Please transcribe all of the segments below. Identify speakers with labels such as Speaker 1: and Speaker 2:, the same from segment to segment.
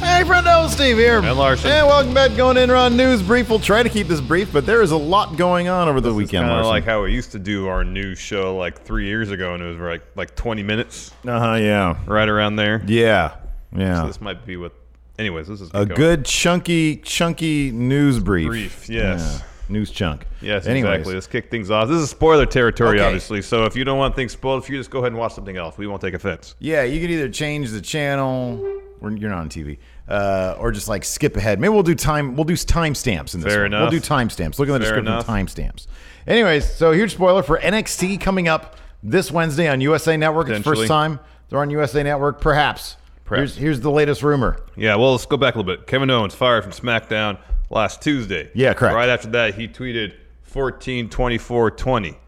Speaker 1: Hey, friend, old Steve here.
Speaker 2: Ben Larson.
Speaker 1: And welcome back to Going In Around News Brief. We'll try to keep this brief, but there is a lot going on over the weekend,
Speaker 2: Kind of
Speaker 1: Larson.
Speaker 2: like how we used to do our news show like three years ago, and it was like like 20 minutes,
Speaker 1: uh-huh, yeah.
Speaker 2: right around there.
Speaker 1: Yeah. Yeah.
Speaker 2: This might be what. Anyways, this is
Speaker 1: a
Speaker 2: going.
Speaker 1: good chunky, chunky news brief.
Speaker 2: Brief, yes.
Speaker 1: Yeah. News chunk.
Speaker 2: Yes,
Speaker 1: Anyways,
Speaker 2: exactly. Let's kick things off. This is spoiler territory,
Speaker 1: Okay.
Speaker 2: obviously. So if you don't want things spoiled, if you just go ahead and watch something else, we won't take offense.
Speaker 1: Yeah, you can either change the channel, or you're not on TV, uh, or just like skip ahead. Maybe we'll do time. We'll do timestamps in this.
Speaker 2: Fair
Speaker 1: one.
Speaker 2: enough.
Speaker 1: We'll do timestamps. Look in the
Speaker 2: Fair
Speaker 1: description.
Speaker 2: enough.
Speaker 1: Timestamps. Anyways, so huge spoiler for NXT coming up this Wednesday on USA Network. It's the first
Speaker 2: Potentially.
Speaker 1: time they're on USA Network. Perhaps.
Speaker 2: Perhaps.
Speaker 1: Here's, here's the latest rumor.
Speaker 2: Yeah, well, let's go back a little bit. Kevin Owens fired from SmackDown last Tuesday.
Speaker 1: Yeah, correct.
Speaker 2: Right after that, he tweeted 14 24 20.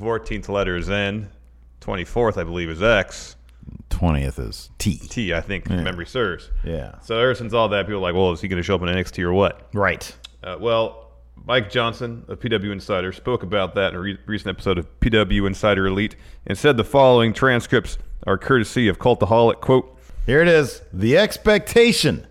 Speaker 2: 14th letter is N, 24th, I believe, is X.
Speaker 1: Twentieth is T.
Speaker 2: T, I think, if memory serves.
Speaker 1: Yeah.
Speaker 2: So ever since all that, people are like, well, is he going to show up in NXT or what?
Speaker 1: Right.
Speaker 2: Uh, well, Mike Johnson of PW Insider spoke about that in a re- recent episode of PW Insider Elite and said the following transcripts are courtesy of Cultaholic. Quote,
Speaker 1: Here it is. The expectation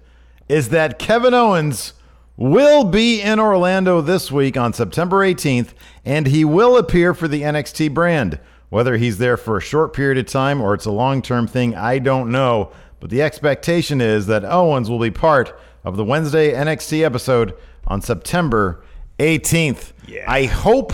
Speaker 1: is that Kevin Owens will be in Orlando this week on September 18th, and he will appear for the NXT brand. Whether he's there for a short period of time or it's a long term thing, I don't know. But the expectation is that Owens will be part of the Wednesday NXT episode on September 18th.
Speaker 2: Yeah.
Speaker 1: I hope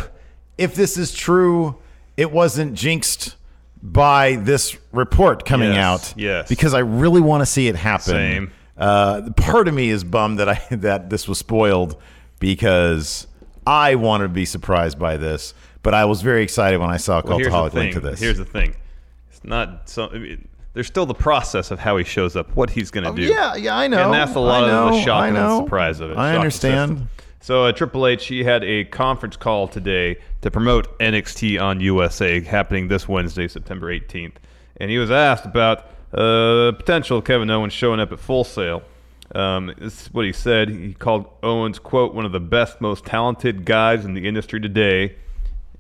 Speaker 1: if this is true, it wasn't jinxed by this report coming
Speaker 2: Yes,
Speaker 1: out.
Speaker 2: yes.
Speaker 1: Because because I really want to see it happen.
Speaker 2: Same.
Speaker 1: Uh, part of me is bummed that I that this was spoiled because I wanted to be surprised by this, but I was very excited when I saw
Speaker 2: well, here's the
Speaker 1: Cultaholic
Speaker 2: thing.
Speaker 1: link to this.
Speaker 2: Here's the thing. It's not so. I mean, there's still the process of how he shows up, what he's going to do.
Speaker 1: Oh, yeah, yeah, I know.
Speaker 2: And that's a lot
Speaker 1: I
Speaker 2: of the
Speaker 1: know,
Speaker 2: shock
Speaker 1: I
Speaker 2: and the
Speaker 1: know.
Speaker 2: surprise of it.
Speaker 1: I
Speaker 2: shock
Speaker 1: understand.
Speaker 2: assistant. So uh, Triple H, he had a conference call today to promote NXT on USA, happening this Wednesday, September 18th, and he was asked about uh, potential Kevin Owens showing up at Full Sail. Um, this is what he said. He called Owens quote one of the best, most talented guys in the industry today,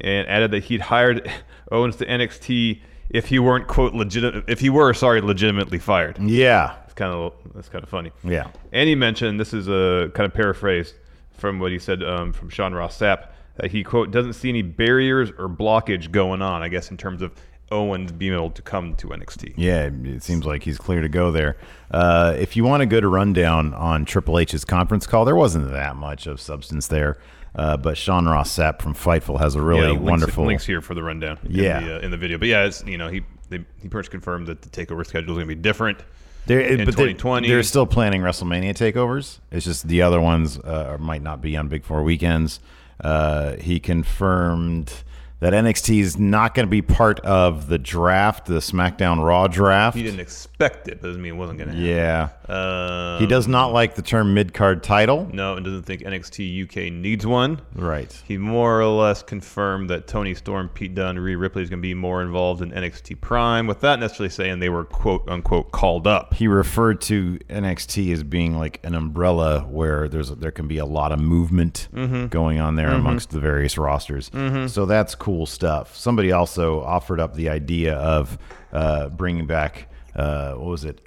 Speaker 2: and added that he'd hired Owens to NXT if he weren't quote legitimate if he were sorry legitimately fired.
Speaker 1: Yeah,
Speaker 2: It's kind of that's kind of funny.
Speaker 1: Yeah.
Speaker 2: And he mentioned this is a kind of paraphrased from what he said um, from Sean Ross Sapp that he quote doesn't see any barriers or blockage going on. I guess in terms of Owens being able to come to NXT.
Speaker 1: Yeah, it seems like he's clear to go there. Uh, if you want a good rundown on Triple H's conference call, there wasn't that much of substance there. Uh, but Sean Ross Sapp from Fightful has a really
Speaker 2: Yeah, links,
Speaker 1: wonderful
Speaker 2: links here for the rundown.
Speaker 1: Yeah.
Speaker 2: in the, uh, in the video. But yeah, it's you know he they, he pretty much confirmed that the takeover schedule is going to be different.
Speaker 1: They're,
Speaker 2: in
Speaker 1: but they're-
Speaker 2: 2020.
Speaker 1: They're, still planning WrestleMania takeovers. It's just the other ones uh, might not be on Big Four weekends. Uh, he confirmed that NXT is not going to be part of the draft, the SmackDown Raw draft.
Speaker 2: He didn't expect it, but doesn't mean it wasn't going to happen.
Speaker 1: Yeah.
Speaker 2: Uh,
Speaker 1: he does not like the term mid card title.
Speaker 2: no, and doesn't think NXT UK needs one.
Speaker 1: Right.
Speaker 2: He more or less confirmed that Tony Storm, Pete Dunne, Rhea Ripley is going to be more involved in NXT Prime, without necessarily saying they were quote unquote called up.
Speaker 1: He referred to NXT as being like an umbrella where there's there can be a lot of movement
Speaker 2: Mm-hmm.
Speaker 1: going on there amongst the various rosters. So that's cool stuff. Somebody also offered up the idea of uh, bringing back uh, what was it,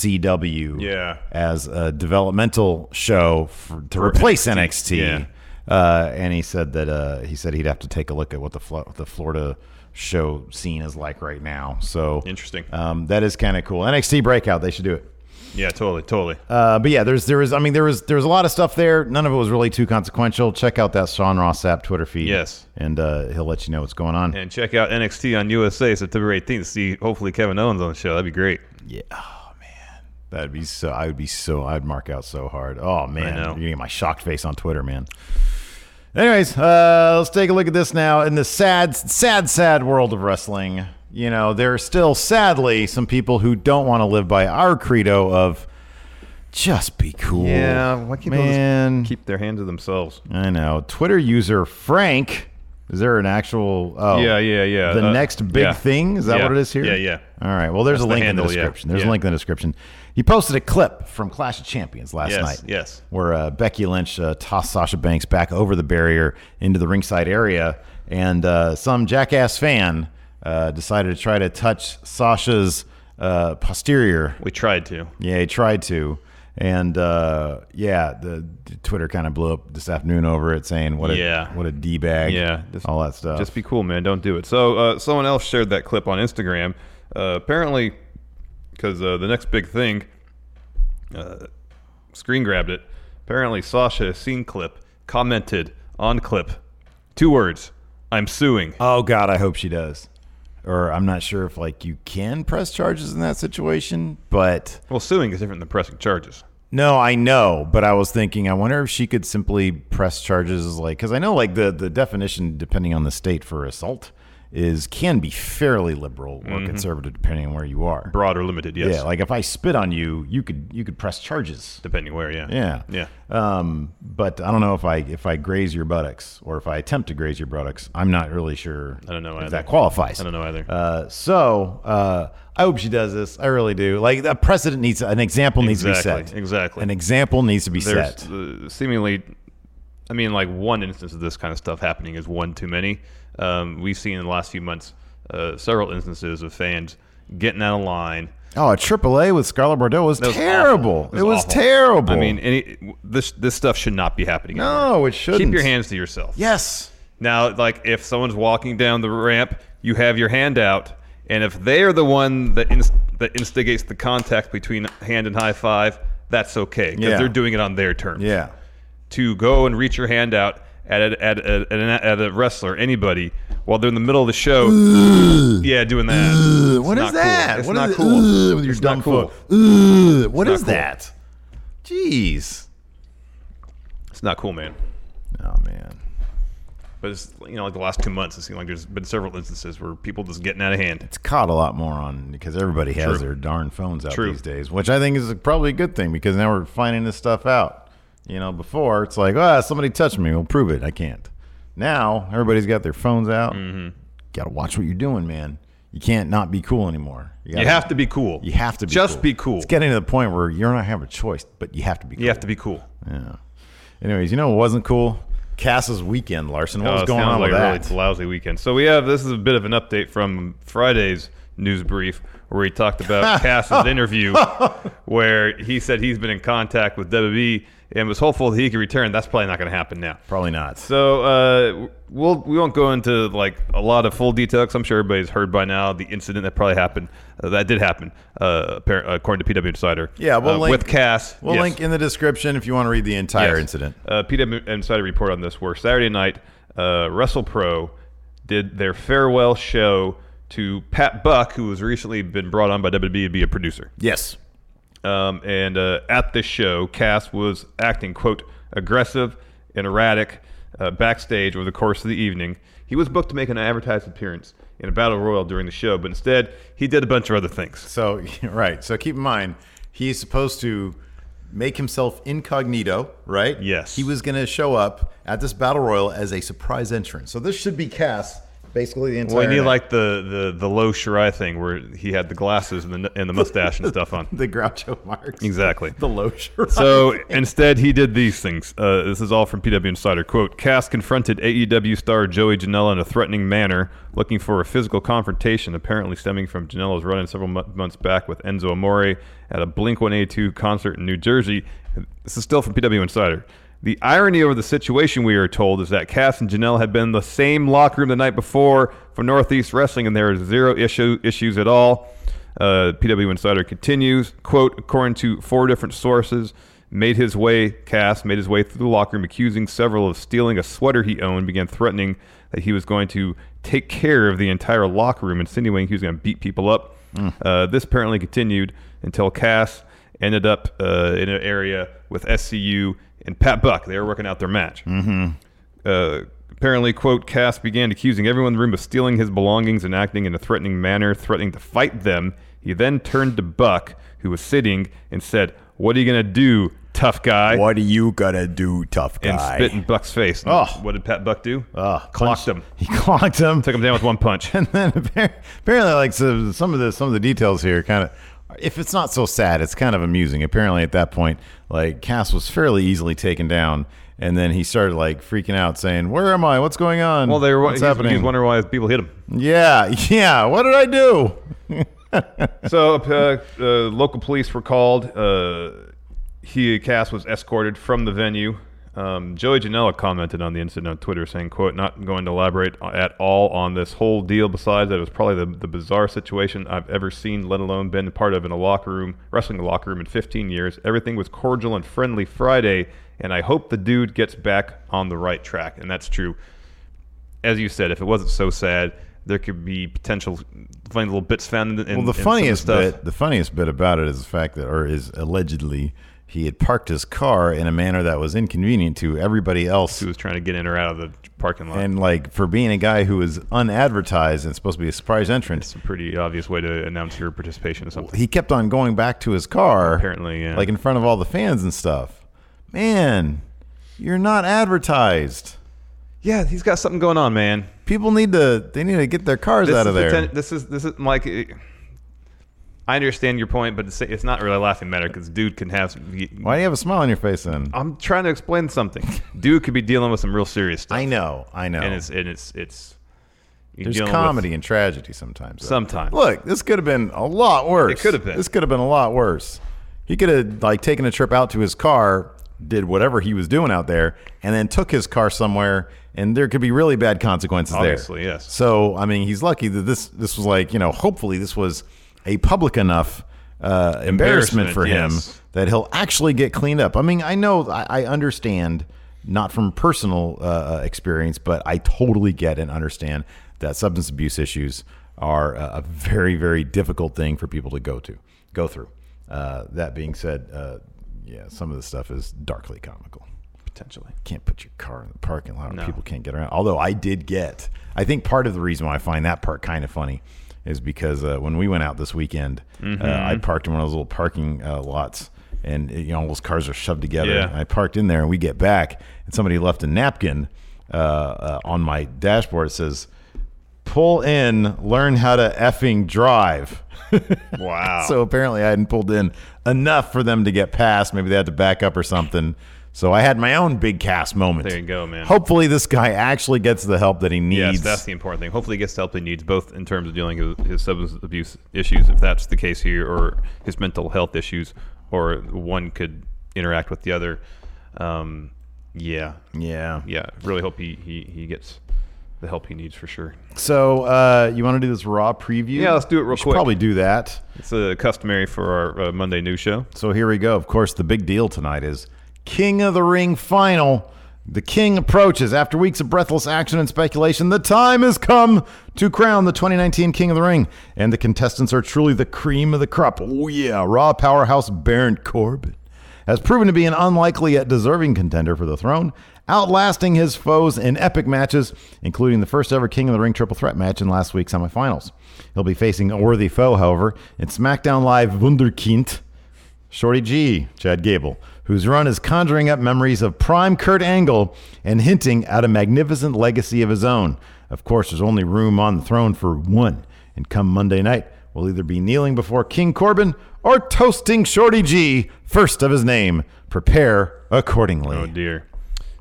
Speaker 1: FCW,
Speaker 2: Yeah.
Speaker 1: as a developmental show for, to replace NXT.
Speaker 2: yeah.
Speaker 1: Uh, and he said that uh, he said he'd have to take a look at what the Flo- the Florida show scene is like right now. So
Speaker 2: Interesting.
Speaker 1: Um, that is kind of cool. NXT Breakout, they should do it.
Speaker 2: Yeah, totally, totally.
Speaker 1: Uh, but yeah, there's there was I mean there was there was a lot of stuff there. None of it was really too consequential. Check out that Sean Ross app Twitter feed.
Speaker 2: Yes.
Speaker 1: and uh, he'll let you know what's going on.
Speaker 2: and check out NXT on USA September 18th to see hopefully Kevin Owens on the show. That'd be great.
Speaker 1: Yeah. Oh man, that'd be so. I would be so. I'd mark out so hard. Oh man,
Speaker 2: know.
Speaker 1: you're getting my shocked face on Twitter, man. Anyways, uh, let's take a look at this now in the sad, sad, sad world of wrestling. You know, there are still sadly some people who don't want to live by our credo of just be cool.
Speaker 2: why can't people just
Speaker 1: man.
Speaker 2: Keep their hands to themselves.
Speaker 1: I know. Twitter user Frank. Is there an actual? Oh,
Speaker 2: Yeah, yeah, yeah.
Speaker 1: The
Speaker 2: Uh,
Speaker 1: next big
Speaker 2: yeah.
Speaker 1: thing is that
Speaker 2: Yeah.
Speaker 1: what it is here?
Speaker 2: Yeah, yeah.
Speaker 1: All right. Well, there's
Speaker 2: That's
Speaker 1: a
Speaker 2: the
Speaker 1: link in
Speaker 2: handle,
Speaker 1: the
Speaker 2: yeah.
Speaker 1: description. There's
Speaker 2: Yeah.
Speaker 1: a link in the description. He posted a clip from Clash of Champions last
Speaker 2: Yes,
Speaker 1: night.
Speaker 2: yes.
Speaker 1: Where uh, Becky Lynch uh, tossed Sasha Banks back over the barrier into the ringside area, and uh, some jackass fan uh, decided to try to touch Sasha's uh, posterior
Speaker 2: We tried to.
Speaker 1: yeah, he tried to. And uh, yeah, the, the Twitter kind of blew up this afternoon over it, saying what a
Speaker 2: Yeah.
Speaker 1: what a d bag,
Speaker 2: Yeah, just-
Speaker 1: all that stuff.
Speaker 2: Just be cool, man. Don't do it. So uh, someone else shared that clip on Instagram. Uh, apparently, because uh, the next big thing, uh, screen grabbed it. Apparently, Sasha seen clip commented on clip, two words: "I'm suing."
Speaker 1: oh God, I hope she does. Or I'm not sure if like you can press charges in that situation, but
Speaker 2: Well, suing is different than pressing charges.
Speaker 1: no, I know. But I was thinking, I wonder if she could simply press charges, like because I know like the the definition depending on the state for assault is can be fairly liberal or
Speaker 2: Mm-hmm.
Speaker 1: conservative depending on where you are.
Speaker 2: Broad or limited? Yes.
Speaker 1: Yeah, like if I spit on you, you could you could press charges.
Speaker 2: depending where. Yeah.
Speaker 1: Yeah.
Speaker 2: Yeah.
Speaker 1: Um, but I don't know if I if I graze your buttocks or if I attempt to graze your buttocks. I'm not really sure.
Speaker 2: I don't know
Speaker 1: if
Speaker 2: either.
Speaker 1: that qualifies.
Speaker 2: I don't know either.
Speaker 1: Uh, so uh, I hope she does this. I really do. Like a precedent needs an example needs to
Speaker 2: Exactly,
Speaker 1: be set.
Speaker 2: exactly.
Speaker 1: An example needs to be
Speaker 2: There's
Speaker 1: set.
Speaker 2: uh, seemingly, I mean, like one instance of this kind of stuff happening is one too many. Um, we've seen in the last few months uh, several instances of fans getting out of line.
Speaker 1: Oh, a AAA with Scarlett Bordeaux was,
Speaker 2: That was
Speaker 1: terrible.
Speaker 2: awful. That
Speaker 1: it was
Speaker 2: awful.
Speaker 1: terrible.
Speaker 2: I mean, any, this this stuff should not be happening.
Speaker 1: no, it shouldn't.
Speaker 2: Keep your hands to yourself.
Speaker 1: Yes.
Speaker 2: Now, like if someone's walking down the ramp, you have your hand out, and if they are the one that inst- that instigates the contact between hand and high five, that's okay because
Speaker 1: Yeah.
Speaker 2: they're doing it on their terms.
Speaker 1: Yeah.
Speaker 2: To go and reach your hand out at a, at, a, at, an at a wrestler, anybody, while they're in the middle of the show, yeah, doing that. It's
Speaker 1: What is
Speaker 2: not cool.
Speaker 1: that?
Speaker 2: It's
Speaker 1: What is
Speaker 2: not
Speaker 1: it?
Speaker 2: cool.
Speaker 1: Ugh, with your
Speaker 2: It's not
Speaker 1: dumb
Speaker 2: cool.
Speaker 1: foot. Ugh, what
Speaker 2: not
Speaker 1: is
Speaker 2: cool.
Speaker 1: that? Jeez.
Speaker 2: It's not cool, man.
Speaker 1: Oh man.
Speaker 2: But it's you know like the last two months, it seemed like there's been several instances where people just getting out of hand.
Speaker 1: It's caught a lot more on because everybody has
Speaker 2: True.
Speaker 1: their darn phones out
Speaker 2: True.
Speaker 1: these days, which I think is probably a good thing because now we're finding this stuff out. You know, before it's like, ah, somebody touched me. We'll prove it. I can't. Now everybody's got their phones out. Mm-hmm. Got to watch what you're doing, man. You can't not be cool anymore.
Speaker 2: You
Speaker 1: gotta-
Speaker 2: have to be cool.
Speaker 1: You have to be
Speaker 2: just
Speaker 1: cool.
Speaker 2: be cool.
Speaker 1: It's getting to the point where you're not having a choice, but you have to be. cool.
Speaker 2: you have to be cool.
Speaker 1: Yeah. Anyways, you know what wasn't cool? Cass's weekend, Larson. What
Speaker 2: Oh,
Speaker 1: was
Speaker 2: it
Speaker 1: going
Speaker 2: sounds
Speaker 1: on
Speaker 2: like
Speaker 1: with
Speaker 2: a
Speaker 1: that?
Speaker 2: really lousy weekend. So we have this is a bit of an update from Friday's news brief where he talked about Cass's interview where he said he's been in contact with WWE and was hopeful that he could return. That's probably not going to happen now.
Speaker 1: Probably not.
Speaker 2: So uh, we'll we won't go into like a lot of full detail 'cause I'm sure everybody's heard by now the incident that probably happened uh, that did happen uh, appar- according to PW Insider.
Speaker 1: Yeah, we'll
Speaker 2: uh,
Speaker 1: link-
Speaker 2: with Cass.
Speaker 1: We'll
Speaker 2: yes.
Speaker 1: link in the description if you want to read the entire
Speaker 2: Yes.
Speaker 1: incident.
Speaker 2: Uh, PW Insider report on this where Saturday night, uh, WrestlePro did their farewell show to Pat Buck, who has recently been brought on by WWE to be a producer.
Speaker 1: Yes.
Speaker 2: Um, and uh, at this show, Cass was acting, quote, aggressive and erratic uh, backstage over the course of the evening. He was booked to make an advertised appearance in a battle royal during the show, but instead, he did a bunch of other things.
Speaker 1: So right. So keep in mind, he's supposed to make himself incognito, right?
Speaker 2: Yes.
Speaker 1: He was going to show up at this battle royal as a surprise entrance. So this should be Cass basically the entire.
Speaker 2: Well, you need
Speaker 1: night.
Speaker 2: like the the the low Shirai thing where he had the glasses and the and the mustache and stuff on.
Speaker 1: the Groucho Marx,
Speaker 2: Exactly.
Speaker 1: the low shirt.
Speaker 2: So instead, he did these things. Uh, this is all from PW Insider. Quote Cass confronted AEW star Joey Janela in a threatening manner, looking for a physical confrontation, apparently stemming from Janela's run in several mo- months back with Enzo Amore at a Blink 182 concert in New Jersey. This is still from PW Insider. The irony over the situation, we are told, is that Cass and Janelle had been in the same locker room the night before for Northeast Wrestling, and there are zero issue, issues at all. Uh, PW Insider continues, quote, according to four different sources, made his way, Cass made his way through the locker room, accusing several of stealing a sweater he owned, began threatening that he was going to take care of the entire locker room, insinuating he was going to beat people up. Uh, this apparently continued until Cass ended up uh, in an area with SCU and Pat Buck. They were working out their match. Mm-hmm. Uh, apparently, quote, Cass began accusing everyone in the room of stealing his belongings and acting in a threatening manner, threatening to fight them. He then turned to Buck, who was sitting, and said, What are you going to do, tough guy?
Speaker 3: What are you gonna do, tough
Speaker 2: And
Speaker 3: guy?
Speaker 2: spit in Buck's face. And
Speaker 1: Oh.
Speaker 2: What did Pat Buck do?
Speaker 1: Oh,
Speaker 2: Clocked
Speaker 1: punched-
Speaker 2: him.
Speaker 1: He clocked him.
Speaker 2: Took him down with one punch.
Speaker 1: and then appar- apparently, like so, some of the some of the details here, kind of, if it's not so sad, it's kind of amusing. Apparently, at that point, like Cass was fairly easily taken down, and then he started like freaking out, saying, "Where am I? What's going on?
Speaker 2: Well, they were
Speaker 1: What's
Speaker 2: he was-
Speaker 1: happening?
Speaker 2: He was wondering why people hit him.
Speaker 1: yeah, yeah. What did I do?
Speaker 2: So, uh, uh, local police were called. Uh, he Cass was escorted from the venue. Um, Joey Janela commented on the incident on Twitter, saying, "quote Not going to elaborate at all on this whole deal. Besides, that it was probably the, the bizarre situation I've ever seen, let alone been a part of in a locker room, wrestling locker room in 15 years. Everything was cordial and friendly Friday, and I hope the dude gets back on the right track. And that's true as you said, if it wasn't so sad, there could be potential funny little bits found in. in
Speaker 1: Well, the
Speaker 2: in some of
Speaker 1: funniest
Speaker 2: stuff.
Speaker 1: bit, the funniest bit about it is the fact that, or is allegedly, he had parked his car in a manner that was inconvenient to everybody else
Speaker 2: Who was trying to get in or out of the parking lot?
Speaker 1: And like for being a guy who is unadvertised and supposed to be a surprise entrance,
Speaker 2: it's a pretty obvious way to announce your participation in something.
Speaker 1: he kept on going back to his car.
Speaker 2: Apparently, yeah.
Speaker 1: like in front of all the fans and stuff. Man, you're not advertised.
Speaker 2: Yeah, he's got something going on, man.
Speaker 1: People need to they need to get their cars
Speaker 2: This
Speaker 1: out of
Speaker 2: is
Speaker 1: there.
Speaker 2: the ten- this is this is like. it- I understand your point, but it's, it's not really a laughing matter because dude can have. Some,
Speaker 1: Why do you have a smile on your face then?
Speaker 2: I'm trying to explain something. Dude could be dealing with some real serious stuff,
Speaker 1: I know, I know.
Speaker 2: and it's and it's it's. you're
Speaker 1: There's
Speaker 2: dealing with-
Speaker 1: comedy and tragedy sometimes. though.
Speaker 2: Sometimes.
Speaker 1: Look, this could have been a lot worse.
Speaker 2: It could have been.
Speaker 1: This could have been a lot worse. He could have like taken a trip out to his car, did whatever he was doing out there, and then took his car somewhere, and there could be really bad consequences
Speaker 2: Obviously,
Speaker 1: there.
Speaker 2: yes.
Speaker 1: So I mean, he's lucky that this this was like you know hopefully this was a public enough uh, embarrassment,
Speaker 2: Embarrassment,
Speaker 1: for him
Speaker 2: yes.
Speaker 1: that he'll actually get cleaned up. I mean, I know, I, I understand, not from personal uh, experience, but I totally get and understand that substance abuse issues are a, a very, very difficult thing for people to go to, go through. Uh, that being said, uh, yeah, some of the stuff is darkly comical.
Speaker 2: potentially.
Speaker 1: Can't put your car in the parking lot, or people can't get around. Although I did get, I think part of the reason why I find that part kind of funny is because uh, when we went out this weekend,
Speaker 2: Mm-hmm.
Speaker 1: uh, I parked in one of those little parking uh, lots, and you know, all those cars are shoved together.
Speaker 2: Yeah.
Speaker 1: And I parked in there, and we get back, and somebody left a napkin uh, uh, on my dashboard. It says, "Pull in, learn how to effing drive."
Speaker 2: Wow.
Speaker 1: So apparently, I hadn't pulled in enough for them to get past. Maybe they had to back up or something. So I had my own big cast moment.
Speaker 2: There you go, man.
Speaker 1: Hopefully, this guy actually gets the help that he needs.
Speaker 2: Yes, that's the important thing. Hopefully, he gets the help he needs, both in terms of dealing with his substance abuse issues, if that's the case here, or his mental health issues, or one could interact with the other. Um, yeah,
Speaker 1: yeah.
Speaker 2: yeah. Really hope he, he, he gets the help he needs for sure.
Speaker 1: So uh, you want to do this raw preview?
Speaker 2: Yeah, let's do it real
Speaker 1: We should
Speaker 2: quick.
Speaker 1: Probably do that.
Speaker 2: It's uh, customary for our uh, Monday news show.
Speaker 1: So here we go. Of course, the big deal tonight is King of the Ring final. The king approaches. After weeks of breathless action and speculation, the time has come to crown the 2019 King of the Ring, and the contestants are truly the cream of the crop. Oh yeah, Raw powerhouse Baron Corbin has proven to be an unlikely yet deserving contender for the throne, outlasting his foes in epic matches, including the first ever King of the Ring triple threat match in last week's semifinals. He'll be facing a worthy foe, however, in SmackDown Live Wunderkind Shorty G, Chad Gable, whose run is conjuring up memories of prime Kurt Angle and hinting at a magnificent legacy of his own. Of course, there's only room on the throne for one, and come Monday night, we'll either be kneeling before King Corbin or toasting Shorty G, first of his name. Prepare accordingly.
Speaker 2: Oh dear.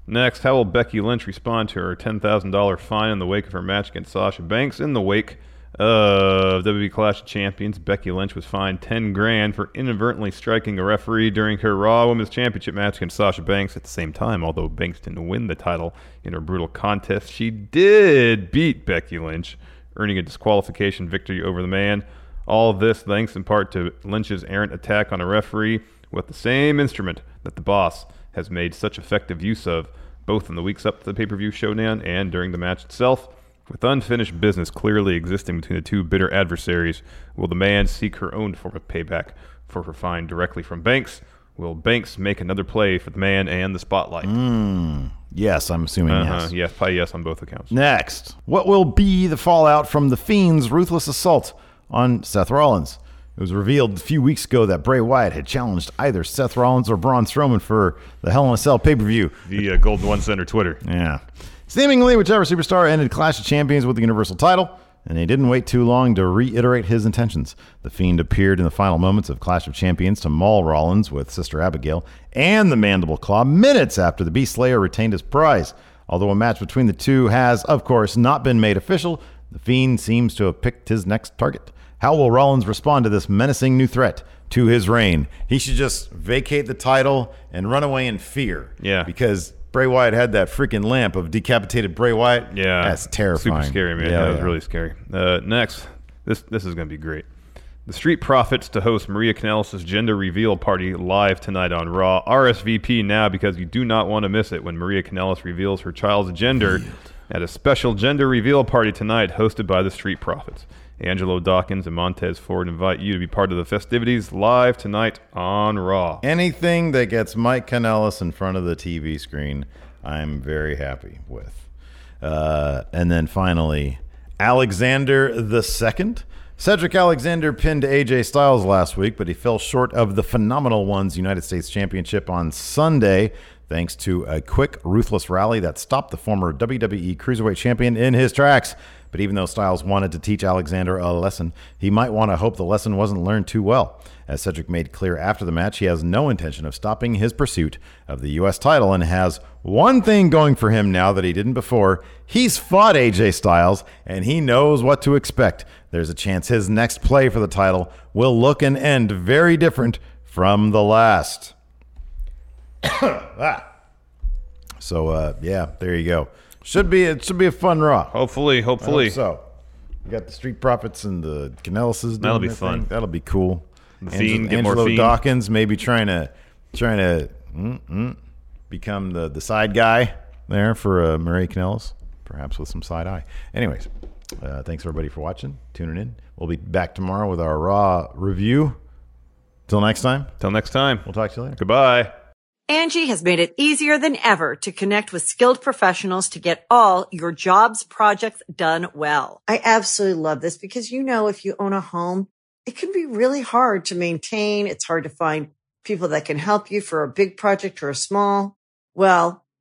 Speaker 2: Next, how will Becky Lynch respond to her ten thousand dollar fine in the wake of her match against Sasha Banks? In the wake of WWE Clash of Champions, Becky Lynch was fined ten grand for inadvertently striking a referee during her Raw Women's Championship match against Sasha Banks. At the same time, although Banks didn't win the title in her brutal contest, she did beat Becky Lynch, earning a disqualification victory over the man. All of this thanks in part to Lynch's errant attack on a referee with the same instrument that the boss has made such effective use of, both in the weeks up to the pay per view showdown and during the match itself. With unfinished business clearly existing between the two bitter adversaries, will the man seek her own form of payback for her fine directly from Banks? Will Banks make another play for the man and the spotlight?
Speaker 1: Yes, I'm assuming
Speaker 2: uh-huh.
Speaker 1: yes.
Speaker 2: Yes, probably yes on both accounts.
Speaker 1: Next, what will be the fallout from the Fiend's ruthless assault on Seth Rollins? It was revealed a few weeks ago that Bray Wyatt had challenged either Seth Rollins or Braun Strowman for the Hell in a Cell pay per view.
Speaker 2: The uh, Golden One Center Twitter.
Speaker 1: Yeah. Seemingly, whichever superstar ended Clash of Champions with the Universal title, and he didn't wait too long to reiterate his intentions. The Fiend appeared in the final moments of Clash of Champions to maul Rollins with Sister Abigail and the Mandible Claw minutes after the Beast Slayer retained his prize. Although a match between the two has, of course, not been made official, the Fiend seems to have picked his next target. How will Rollins respond to this menacing new threat to his reign? He should just vacate the title and run away in fear.
Speaker 2: Yeah.
Speaker 1: Because Bray Wyatt had that freaking lamp of decapitated Bray Wyatt.
Speaker 2: Yeah,
Speaker 1: that's terrifying.
Speaker 2: Super scary, man.
Speaker 1: Yeah,
Speaker 2: that was
Speaker 1: yeah.
Speaker 2: really scary. Uh, next, this this is going to be great. The Street Profits to host Maria Kanellis' gender reveal party live tonight on Raw. RSVP now because you do not want to miss it when Maria Kanellis reveals her child's gender at a special gender reveal party tonight hosted by the Street Profits. Angelo Dawkins and Montez Ford invite you to be part of the festivities live tonight on Raw.
Speaker 1: anything that gets Mike Kanellis in front of the TV screen. I'm very happy with. Uh, and then finally, Alexander the Second. Cedric Alexander pinned AJ Styles last week, but he fell short of the phenomenal ones United States Championship on Sunday, thanks to a quick, ruthless rally that stopped the former WWE Cruiserweight Champion in his tracks. But even though Styles wanted to teach Alexander a lesson, he might want to hope the lesson wasn't learned too well. As Cedric made clear after the match, he has no intention of stopping his pursuit of the U.S. title and has one thing going for him now that he didn't before. He's fought AJ Styles and he knows what to expect. There's a chance his next play for the title will look and end very different from the last. Ah. So, uh, yeah, there you go. Should be it should be a fun Raw.
Speaker 2: Hopefully, hopefully.
Speaker 1: Hope so we got the Street Profits and the Canellises. doing
Speaker 2: That'll be
Speaker 1: their
Speaker 2: fun.
Speaker 1: thing. That'll be cool. The
Speaker 2: Fiend, get more Fiend.
Speaker 1: Dawkins maybe trying to trying to mm, mm, become the the side guy there for uh, Murray Canellis, perhaps with some side eye. Anyways, uh, thanks everybody for watching, tuning in. We'll be back tomorrow with our raw review. Till next time,
Speaker 2: Till next time.
Speaker 1: we'll talk to you later.
Speaker 2: Goodbye.
Speaker 4: Angie has made it easier than ever to connect with skilled professionals to get all your jobs projects done well.
Speaker 5: I absolutely love this because you know, if you own a home, it can be really hard to maintain. It's hard to find people that can help you for a big project or a small. Well,